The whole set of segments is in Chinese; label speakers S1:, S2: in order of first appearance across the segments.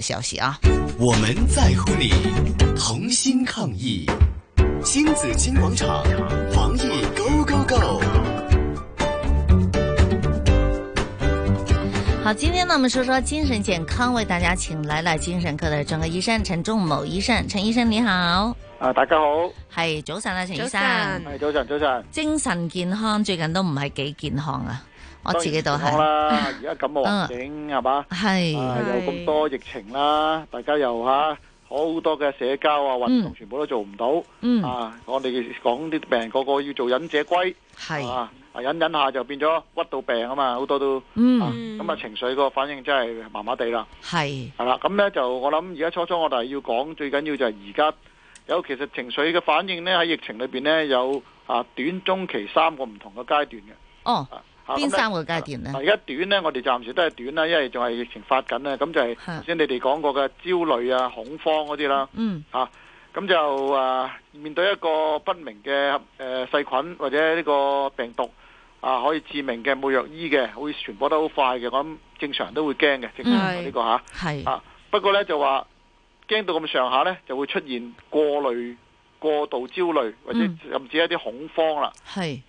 S1: 消息啊！
S2: 我们在乎你，同心抗疫。星子金广场，防疫 Go Go Go。
S1: 好，今天呢，我们说说精神健康，为大家请来了精神科的專科醫生陳仲謀醫生。陳醫生你好，
S3: 啊大家好，
S1: 係早晨啊，陳醫生。
S3: 係早晨，早晨。
S1: 精神健康最近都唔係幾健康啊，我自己都係。
S3: 啦，而家咁嘅環境係嘛，
S1: 係
S3: 啊有咁多疫情啦，大家又吓好多嘅社交啊運動，
S1: 嗯
S3: 全部都做唔到。
S1: 嗯
S3: 啊，我哋講啲病人個個要做忍者龜，
S1: 係
S3: 啊啊忍忍下就變咗屈到病啊嘛，好多都。啊
S1: 嗯
S3: 咁啊，情緒個反應真係麻麻地啦，
S1: 係
S3: 係啦，咁呢，就我諗而家初初我哋要講最緊要就係而家有其實情緒嘅反應呢，喺疫情裏邊呢，有啊短中期三個唔同嘅階段嘅。
S1: 哦，
S3: 啊
S1: 邊
S3: 咁呢
S1: 三個階段呢
S3: 嗱，而家短呢，我哋暫時都係短啦，因為仲係疫情發緊咧，咁就係
S1: 嚇
S3: 頭先你哋講過嘅焦慮啊、恐慌嗰啲啦，
S1: 嗯
S3: 嚇咁就啊面對一個不明嘅誒細菌或者呢個病毒啊，可以致命嘅冇藥醫嘅，會傳播得好快嘅，我諗正常都會驚嘅，正常
S1: 嗯
S3: 人呢個嚇
S1: 係
S3: 啊。不過呢，就話驚到咁上下呢，就會出現過慮、過度焦慮或者
S1: 嗯
S3: 甚至一啲恐慌啦。
S1: 係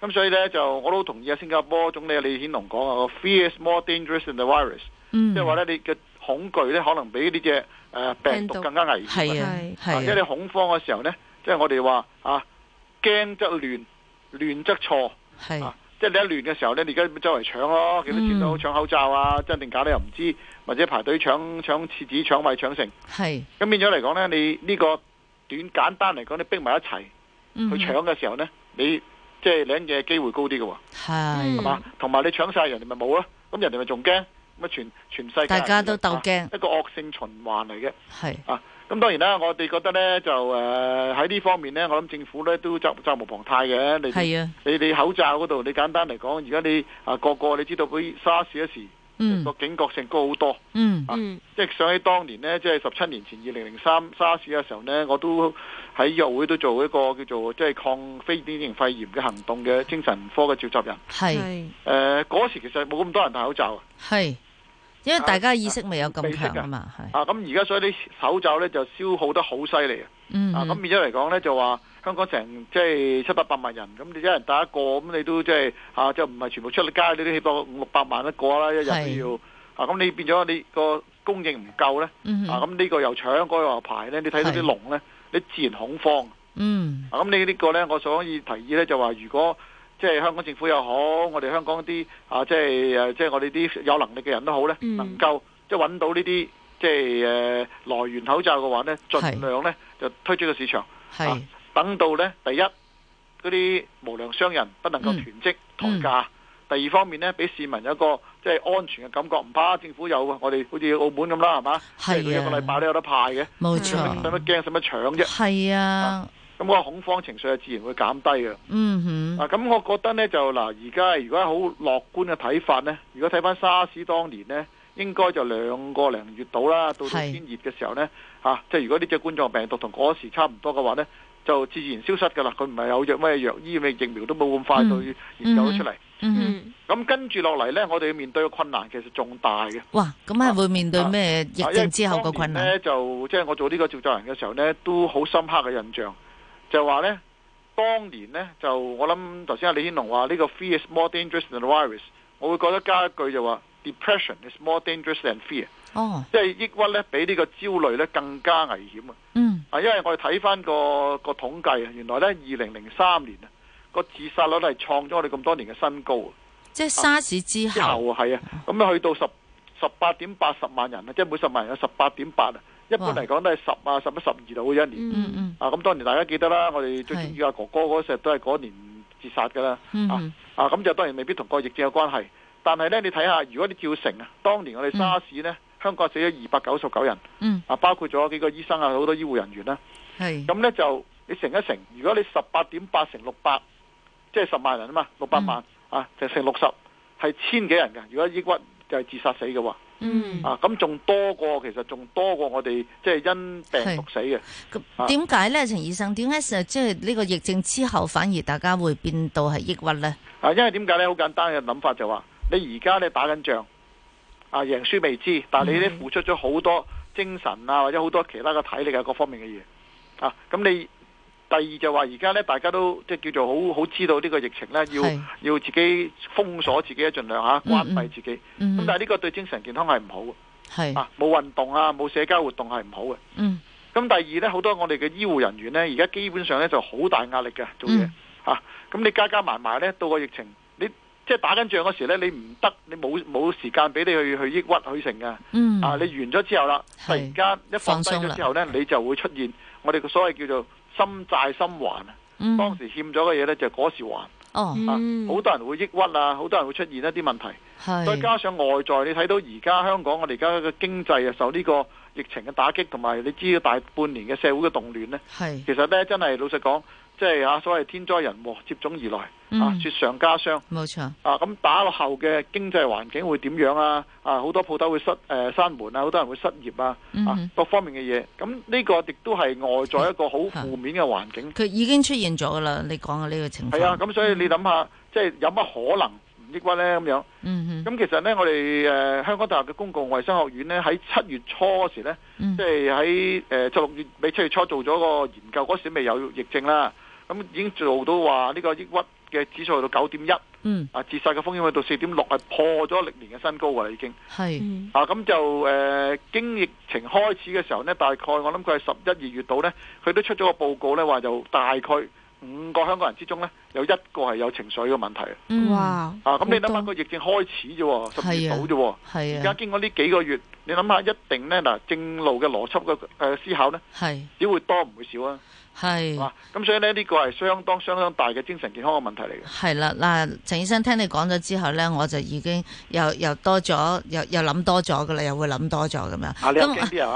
S3: 咁所以咧就我都好同意啊，新加坡總理李顯龍講啊個，fear is more dangerous than the virus，
S1: 嗯
S3: 即係話咧你嘅恐懼咧可能比呢只誒病毒
S4: 病毒
S3: 更加危險
S1: 係啊
S4: 係
S3: 啊！即係
S1: 係
S3: 你
S1: 啊
S3: 恐慌嘅時候咧，即係我哋話啊驚則亂，啊亂則錯，
S1: 係
S3: 啊即係你一亂嘅時候咧，你而家周圍搶咯，幾多錢都好
S1: 嗯
S3: 搶口罩啊，真定假你又唔知，或者排隊搶搶廁紙、搶位、搶成，
S1: 係
S3: 咁變咗嚟講咧，你呢個短簡單嚟講，你逼埋一齊
S1: 嗯
S3: 去搶嘅時候咧，你即係領嘢機會高啲嘅喎。
S1: 係
S3: 係嘛？
S1: 嗯
S3: 同埋你搶晒人哋咪冇咯，咁人哋咪仲驚，咁啊全全世界
S1: 大家都鬥驚
S3: 啊一個惡性循環嚟嘅。
S1: 係
S3: 咁當然啦，我哋覺得呢，就誒喺呢方面呢，我諗政府呢都責責無旁貸嘅。你哋
S1: 係啊
S3: 你你口罩嗰度，你簡單嚟講，而家你啊個個你知道比沙士嗰時
S1: 嗯
S3: 個警覺性高好多。
S1: 嗯
S4: 嗯
S3: 即係想起當年呢，即係十七年前二零零三沙士嘅時候呢，我都喺約會都做一個叫做即係抗非典型肺炎嘅行動嘅精神科嘅召集人。
S1: 係
S4: 係
S3: 誒、呃嗰時其實冇咁多人戴口罩啊，
S1: 係，因為大家意識未有
S3: 啊
S1: 咁
S3: 意識啊
S1: 強啊嘛，係
S3: 啊咁而家所以啲口罩咧就消耗得好犀利啊，
S1: 嗯
S3: 啊咁變咗嚟講咧就話香港成即係七八百萬人，咁你一人戴一個，咁你都即係啊就唔係全部出街，你都起多五六百萬一個啦，一日
S1: 係
S3: 都要啊咁你變咗你個供應唔夠咧，
S1: 嗯
S3: 啊咁呢個又搶，嗰、個又排咧，你睇到
S1: 係
S3: 啲龍咧，你自然恐慌。
S1: 嗯
S3: 啊，咁你呢個呢，我所以提議呢，就話，如果即係香港政府又好，我哋香港啲啊，即係誒，即係我哋啲有能力嘅人都好呢，
S4: 嗯
S3: 能夠即係揾到呢啲即係誒、呃來源口罩嘅話呢，盡量呢就推出個市場，
S1: 係
S3: 等到呢，第一嗰啲無良商人不能夠
S1: 嗯
S3: 囤積抬
S1: 嗯
S3: 價。第二方面呢，俾市民有一個即係安全嘅感覺，唔怕政府有我哋好似澳門咁啦，係嘛？即係佢
S1: 係
S3: 一個禮拜
S1: 啊
S3: 都有得派嘅，
S1: 冇
S3: 使乜使
S1: 錯
S3: 乜驚，使乜搶啫？
S1: 係啊
S3: 咁個恐慌情緒係啊自然會減低嘅。
S1: 嗯哼
S3: 啊，咁我覺得呢，就嗱，而家如果好樂觀嘅睇法呢，如果睇翻沙士當年呢，應該就兩個零月到啦，到到
S1: 係
S3: 天熱嘅時候呢，啊，即係如果呢隻冠狀病毒同嗰時差唔多嘅話呢，就自然消失㗎啦。佢唔係有藥咩藥醫咩疫苗都冇咁快
S1: 嗯
S3: 到研究咗出嚟。
S1: 嗯哼。
S4: 嗯
S3: 咁跟住落嚟呢，我哋要面對嘅困難其實仲大嘅。
S1: 哇！咁係會面對咩
S3: 啊
S1: 疫症之後嘅困難？
S3: 咧就即係我做呢個召集人嘅時候呢，都好深刻嘅印象，就話呢，當年呢，就我諗頭先阿李顯龍話呢個 fear is more dangerous than the virus，我會覺得加一句就話 depression is more dangerous than fear，
S1: 哦，
S3: 即係抑鬱呢，比呢個焦慮呢更加危險啊！
S1: 嗯，
S3: 啊，因為我哋睇翻個個統計啊，原來呢，二零零三年啊個自殺率係創咗我哋咁多年嘅新高啊！
S1: 即係沙士之
S3: 之後
S1: 後，
S3: 係啊，咁啊去到十十八點八十萬人啊，即係每十萬人有十八點八啊。一般嚟講都係十啊、十一、十二度嘅一
S1: 嗯
S3: 年。
S4: 嗯
S1: 嗯
S3: 啊，咁當然大家記得啦，我哋最
S1: 係
S3: 中意阿哥哥嗰時都係嗰年自殺㗎啦。
S1: 嗯
S3: 啊
S1: 嗯
S3: 啊，咁就當然未必同個疫症有關係，但係呢，你睇下，如果你照成啊，當年我哋
S1: 嗯
S3: 沙士呢，香港死咗二百九十九人，
S1: 嗯，
S3: 啊，包括咗幾個醫生啊，好多醫護人員啦。
S1: 係
S3: 咁呢，就你乘一乘，如果你十八點八乘六百，即係十萬人啊嘛，六百萬啊，就乘六十係千幾人㗎。如果抑鬱就係自殺死嘅喎，
S4: 嗯
S3: 啊咁仲多過其實仲多過我哋即係因病毒死嘅。
S1: 咁
S3: 啊
S1: 點解咧？陳醫生，點解成日即係呢個疫症之後，反而大家會變到係抑鬱咧？
S3: 啊，因為點解呢？好簡單嘅諗法就話，你而家咧打緊仗，啊贏輸未知，但係你咧
S1: 嗯
S3: 付出咗好多精神啊，或者好多其他嘅體力啊各方面嘅嘢啊。咁你第二就話而家咧，大家都即係叫做好好知道呢個疫情咧，
S1: 係
S3: 要要自己封鎖自己，盡量嚇
S1: 嗯
S3: 關
S1: 嗯
S3: 閉自己。咁
S1: 嗯
S3: 但係呢個對精神健康係唔好嘅
S1: 係
S3: 啊，冇運動啊，冇社交活動係唔好嘅。
S1: 嗯
S3: 咁第二呢，好多我哋嘅醫護人員呢，而家基本上呢就好大壓力嘅做嘢
S1: 嗯
S3: 嚇。啊咁、你加加埋埋呢，到個疫情，你即係打緊仗嗰時呢，你唔得，你冇冇時間俾你去去抑鬱去成嘅。
S1: 嗯
S3: 啊，你完咗之後啦，突
S1: 係
S3: 然間一
S1: 放
S3: 放低
S1: 鬆啦
S3: 咗之後呢，你就會出現我哋嘅所謂叫做心債心還啊。
S1: 嗯
S3: 當時欠咗嘅嘢呢，就嗰時還啊，
S1: 哦
S4: Ừ. 嗯
S3: 好多人會抑鬱啊，好多人會出現一啲問題。再
S1: 係
S3: 加上外在，你睇到而家香港我哋而家嘅經濟啊，受呢個疫情嘅打擊，同埋你知道大半年嘅社會嘅動亂呢，
S1: 係
S3: 其實呢，真係老實講，即係啊所謂天災人禍接踵而來，啊
S1: 嗯
S3: 雪上加霜
S1: 冇錯
S3: 啊！咁打落後嘅經濟環境會點樣啊？啊好多鋪頭會失誒、呃、閂門啊，好多人會失業啊，
S1: 嗯
S3: 啊
S1: 哼
S3: 各方面嘅嘢，咁呢個亦都係外在一個好
S1: 嚇
S3: 負面嘅環境。
S1: 佢已經出現咗噶啦，你講嘅呢個情況
S3: 係啊，咁所以你諗下，即係有乜可能唔抑鬱呢？咁樣？
S1: 嗯哼
S3: 咁其實呢，我哋誒、呃香港大學嘅公共衛生學院呢，喺七月初嗰時呢，
S1: 嗯
S3: 即係喺誒就六月尾七月初做咗個研究，嗰時未有疫症啦，咁已經做到話呢個抑鬱嘅指數去到九點一，
S1: 嗯
S3: 啊自殺嘅風險去到四點六，係破咗歷年嘅新高㗎啦已經。
S1: 係
S4: 嗯
S3: 啊，咁就誒、呃、經疫情開始嘅時候呢，大概我諗佢係十一二月度呢，佢都出咗個報告呢，話就大概五個香港人之中呢，有一個係有情緒嘅問題嘅
S1: 嗯
S4: 哇，
S3: 啊，咁你諗下
S4: 好
S3: 個
S4: 多
S3: 疫症開始啫喎，十二月
S1: 係啊
S3: 度啫喎。而
S1: 係
S3: 家
S1: 啊
S3: 經過呢幾個月，你諗下一定呢嗱正路嘅邏輯嘅誒思考呢，
S1: 係
S3: 只會多唔會少啊，係
S1: 係
S3: 嘛？咁所以呢，呢個係相當相當大嘅精神健康嘅問題嚟嘅。
S1: 係啦嗱，陳醫生聽你講咗之後咧，我就已經又又多咗，又又諗多咗噶啦，又會諗多咗咁 樣。
S3: 啊，你又
S1: 咁
S3: 驚啲係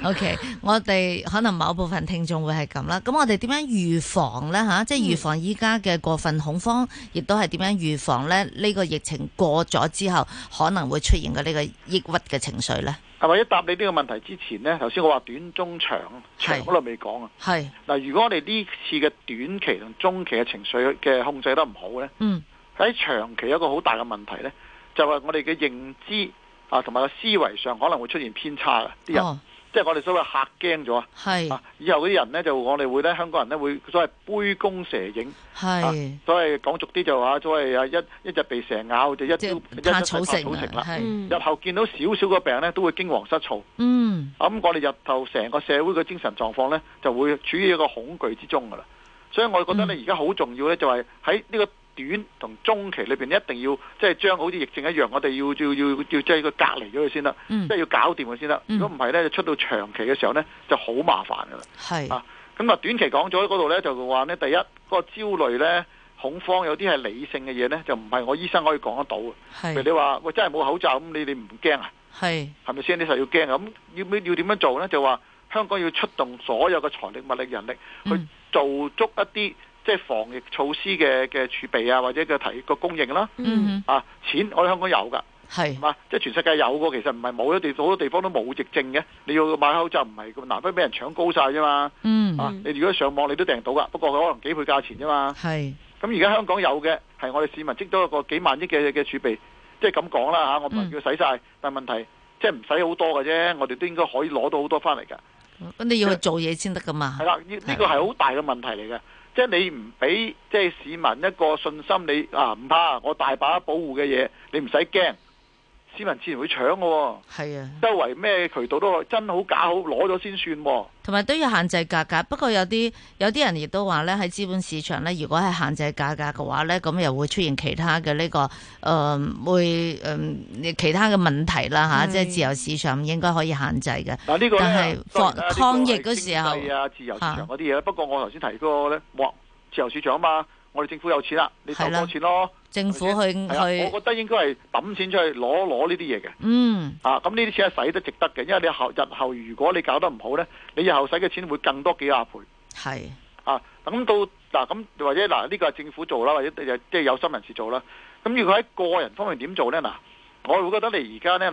S3: 嘛？
S1: O、k 我哋可能某部分聽眾會係咁啦，咁我哋點樣預防呢？吓、
S3: 嗯
S1: 即係預防依家嘅過分恐慌，亦都係點樣預防咧？呢個疫情過咗之後，可能會出現嘅呢個抑鬱嘅情緒呢？
S3: 係咪？一答你呢個問題之前呢，頭先我話短、中、長，長
S1: 係
S3: 嗰度未講啊。
S1: 係，
S3: 嗱，如果我哋呢次嘅短期同中期嘅情緒嘅控制得唔好呢，
S1: 嗯，
S3: 喺長期有一個好大嘅問題呢，就係我哋嘅認知啊同埋個思維上可能會出現偏差嘅啲人，
S1: 哦，
S3: 即係我哋所謂嚇驚咗啊。
S1: 係
S3: 啊！以後嗰啲人呢，就我哋會咧，香港人呢，會所謂杯弓蛇影，
S1: 係，
S3: 所謂講俗啲就話，所謂啊一一隻被蛇咬就一
S1: 即
S3: 朝一
S1: 係怕草
S3: 食
S1: 食
S3: 草成
S1: 啊，
S3: 啦。
S4: Ừ.
S1: 係，
S3: 日後見到少少個病呢，都會驚惶失措。
S1: 嗯，
S3: 咁我哋日後成個社會嘅精神狀況呢，就會處於一個恐懼之中噶啦。所以我覺得呢，而家好重要呢，就係喺呢個短同中期裏邊，一定要即係將好似疫症一樣，我哋要要要要即係個隔離咗佢先啦，
S1: 嗯
S3: 即係要搞掂佢先啦。
S1: 嗯
S3: 如果唔係呢，就出到長期嘅時候呢，就好麻煩噶啦。
S1: 係，
S3: 啊咁啊，短期講咗嗰度呢，就話呢，第一嗰、個焦慮呢，恐慌有啲係理性嘅嘢呢，就唔係我醫生可以講得到嘅。譬如你
S1: 係，
S3: 話喂，真係冇口罩咁，你哋唔驚啊？
S1: 係，
S3: 係咪先？你實要驚啊！咁要要要點樣做呢？就話香港要出動所有嘅財力、物力、人力去
S1: 嗯
S3: 做足一啲即係防疫措施嘅嘅儲備啊，或者嘅提個供應啦。
S1: 嗯，
S3: 啊，錢我哋香港有㗎，係
S1: 係，
S3: 嘛？即係全世界有個，其實唔係冇，一地好多地方都冇疫症嘅。你要買口罩唔係咁難，不過俾人搶高晒啫嘛。
S1: 嗯，
S3: 啊！你如果上網你都訂到噶，不過佢可能幾倍價錢啫嘛。
S1: 係，
S3: 咁而家香港有嘅係我哋市民積咗一個幾萬億嘅嘅儲備，即係咁講啦嚇，我唔係叫使晒，但問題即係唔使好多嘅啫，我哋都應該可以攞到好多翻嚟㗎。
S1: 咁你要去做嘢先得噶嘛
S3: 係，啦，呢呢個係好大嘅問題嚟嘅，即係你唔俾即係市民一個信心，你啊唔怕，我大把保護嘅嘢，你唔使驚，市民自然會搶嘅喎。
S1: 係啊。
S3: 周圍咩渠道都真好假好攞咗先算喎。
S1: 同埋都要限制價格，不過有啲有啲人亦都話咧喺資本市場咧，如果係限制價格嘅話咧，咁又會出現其他嘅呢、個誒、呃、會呃其他嘅問題啦吓，
S4: 係
S1: 即係自由市場唔應該可以限制嘅。
S3: 嗱呢個呢
S1: 但係
S3: 當
S1: 防
S3: 然啦呢個係
S1: 抗疫嗰時候
S3: 經濟啊、自由市場嗰啲嘢啦。不過我頭先提過咧，哇，自由市場啊嘛，我哋政府有錢啦，你
S1: 係
S3: 就
S1: 啦
S3: 多錢咯。
S1: 政府去
S3: 係啊，
S1: 去
S3: 我覺得應該係抌錢出去攞攞呢啲嘢嘅。
S1: 嗯
S3: 啊，咁呢啲錢係使得值得嘅，因為你後日後如果你搞得唔好咧，你日後使嘅錢會更多幾廿倍。
S1: 係
S3: 啊，咁到嗱咁或者嗱呢個係政府做啦，或者呃即係有心人士做啦。咁如果喺個人方面點做呢？嗱，我會覺得你而家呢，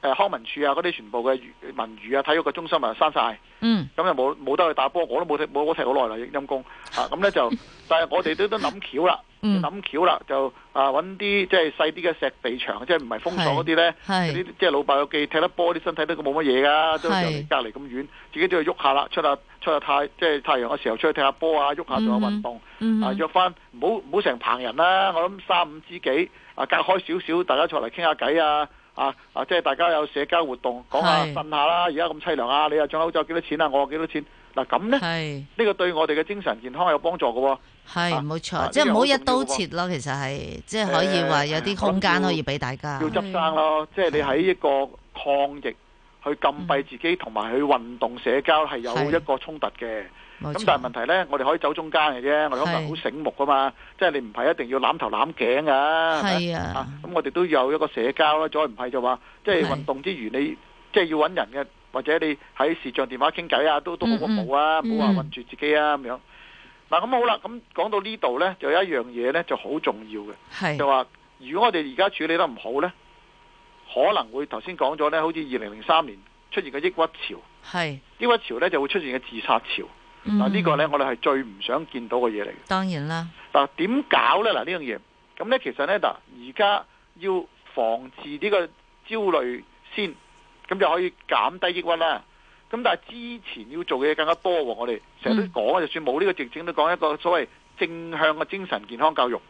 S3: 嗱，誒康文署啊嗰啲全部嘅娛文娛啊體育嘅中心啊閂晒。
S1: 嗯
S3: 咁 就冇冇得去打波，我都冇踢冇我踢好耐啦，陰公啊！咁咧就，但係我哋都都諗橋啦，
S1: 嗯
S3: 諗橋啦，就啊揾啲即係細啲嘅石地場，即係唔係封鎖嗰啲咧，
S1: 係
S3: 啲即係老伯有記踢得波啲身體都冇乜嘢㗎，都
S1: 係
S3: 由離隔離咁遠，自己都要喐下啦，出下出下太即係太陽嘅時候出去踢下波啊，喐下做下運動。
S1: 嗯
S3: 啊，
S1: 哼
S3: 約翻唔好唔好成棚人啦，我諗三五知己啊，隔開少少，大家坐嚟傾下偈啊，啊啊，即係大家有社交活動，講下
S1: 係
S3: 呻下啦。而家咁凄涼啊，你又漲口罩幾多錢啊？我又幾多錢？嗱咁呢，呢、
S1: 係
S3: 個對我哋嘅精神健康有幫助嘅喎、
S1: 係
S3: 啊
S1: 冇
S3: 啊
S1: 錯，即係唔好
S3: 呢樣好重要
S1: 一
S3: 喎
S1: 刀切咯。其實係即係可以話有啲
S3: 誒
S1: 空間
S3: 我諗要
S1: 可以俾大家
S3: 要。執生咯，即係你喺一個抗疫去禁閉自己同埋去運動社交係有
S1: 嗯係
S3: 一個衝突嘅。
S1: 冇
S3: 咁
S1: 錯
S3: 但係問題呢，我哋可以走中間嘅啫，我哋可能好
S1: 係
S3: 醒目噶嘛，即係你唔係一定要攬頭攬頸啊。係咪
S1: 係
S3: 啊
S1: 啊，，
S3: 咁我哋都有一個社交啦，再唔係就話即係
S1: 係
S3: 運動之餘，你即係要揾人嘅，或者你喺視像電話傾偈啊，都都好過
S1: 嗯嗯
S3: 冇啊，
S1: 嗯
S3: 唔好話困住自己啊咁樣。嗱，咁好啦，咁講到呢度呢，就有一樣嘢呢就好重要嘅，就
S1: 係
S3: 話如果我哋而家處理得唔好呢，可能會頭先講咗呢，好似二零零三年出現嘅抑鬱潮，
S1: 係
S3: 抑鬱潮呢就會出現嘅自殺潮。
S1: 嗯
S3: 嗱，呢個呢，我哋係最唔想見到嘅嘢嚟嘅。
S1: 當然啦，
S3: 嗱，點搞呢？嗱，呢樣嘢，咁呢，其實呢，嗱，而家要防治呢個焦慮先，咁就可以減低抑鬱啦。咁但係之前要做嘅嘢更加多喎，我哋成日都講，就算冇呢個疫症都講一個所謂正向嘅精神健康教育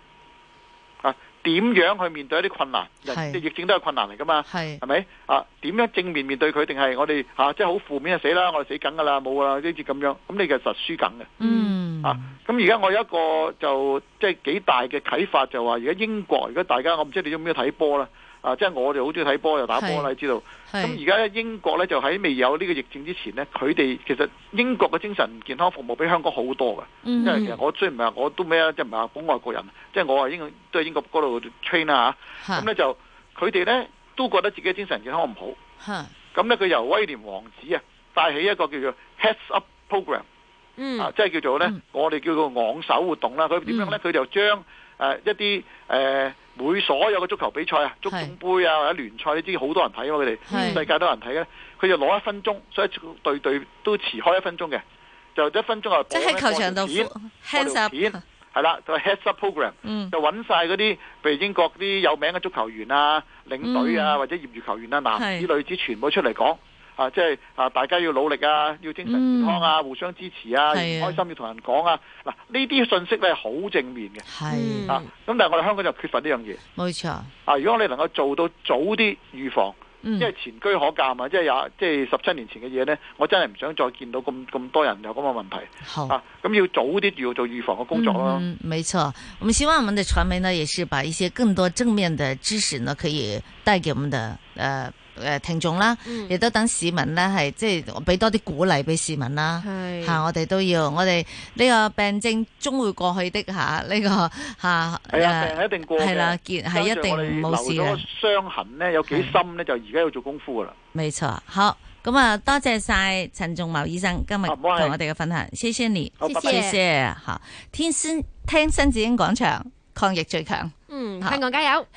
S3: 啊，點樣去面對一啲困難？人
S1: 係
S3: 疫症都係困難嚟㗎嘛。
S1: 係
S3: 係咪啊？點樣正面面對佢？定係我哋啊，即係好負面就死啦，我哋死梗㗎啦，冇㗎啦，呢啲咁樣。咁你其實實輸緊嘅。
S1: 嗯
S3: 啊，咁而家我有一個就即係幾大嘅啟發，就話而家英國，而家大家我唔知你中唔中意睇波啦，啊，即係我哋好中意睇波又打波
S1: 係
S3: 啦，你知道。咁而
S1: 係
S3: 家咧英國咧就喺未有呢個疫症之前呢，佢哋其實英國嘅精神健康服務比香港好多嘅，
S4: Ừ.
S3: 因為其實
S1: 嗯
S3: 我雖然唔係話我都咩啊，即係唔係話講外國人，即係我係英都係英國嗰度 train 啦嚇
S1: 嚇
S3: 咁咧就佢哋咧都覺得自己嘅精神健康唔好，
S1: 嚇
S3: 咁咧佢由威廉王子啊帶起一個叫做 Heads Up Program。
S4: 嗯
S3: 啊，即係叫做呢
S1: 嗯，
S3: 我哋叫做昂首活動啦。佢點樣呢？佢就將誒一啲誒每所有嘅足球比賽啊、足總杯啊或者聯賽，你知好多人睇啊嘛，佢
S1: 係
S3: 哋世界都有人睇嘅。佢就攞一分鐘，所以隊隊都遲開一分鐘嘅，就一分鐘啊，
S1: 即係喺球場度
S3: 播條片
S4: hands
S3: 播
S4: up，
S3: 條片係啦，就 heads up program。
S1: 嗯
S3: 就揾晒嗰啲，譬如英國啲有名嘅足球員啊、領隊啊，
S1: 嗯
S3: 或者業餘球員啊，男
S1: 係
S3: 子女子全部出嚟講啊，即係啊，大家要努力啊，要精神健康啊，互相支持啊，唔
S1: 係啊
S3: 開心要同人講啊。嗱，呢啲信息咧好正面嘅
S1: 係
S4: 嗯
S3: 啊，咁但係我哋香港就缺乏呢樣嘢
S1: 冇錯，
S3: 啊。如果我哋能夠做到早啲預防，
S1: 嗯
S3: 因為前車可鑑啊，即係廿即係十七年前嘅嘢咧，我真係唔想再見到咁咁多人有咁嘅問題
S1: 好。
S3: 啊。咁要早啲要做預防嘅工作咯。
S1: 哦嗯，没错。我们希望我们的传媒呢，也是把一些更多正面的知识呢，可以带给我们的呃呃听众啦，
S4: 嗯
S1: 亦都等市民呢，係即係俾多啲鼓勵俾市民啦。
S4: 係
S1: 吓，我哋都要，我哋呢個病症終會過去的吓，呢、個吓
S3: 係啊，
S1: 呃
S3: 病係一定過
S1: 係
S3: 嘅。
S1: 啦，結係一定冇事
S3: 留咗
S1: 嘅，
S3: 傷痕咧有幾深咧，就而家要做功夫噶啦。
S1: 冇錯。好，咁啊，多謝晒陳仲謀醫生今日
S3: 啊
S1: 同
S3: 唔好客氣
S1: 我哋嘅分享，謝謝你，
S3: 好拜拜
S1: 謝謝。好，天先聽新紫荊廣場，抗疫最強。
S4: 嗯，
S1: 好
S4: 香港加油！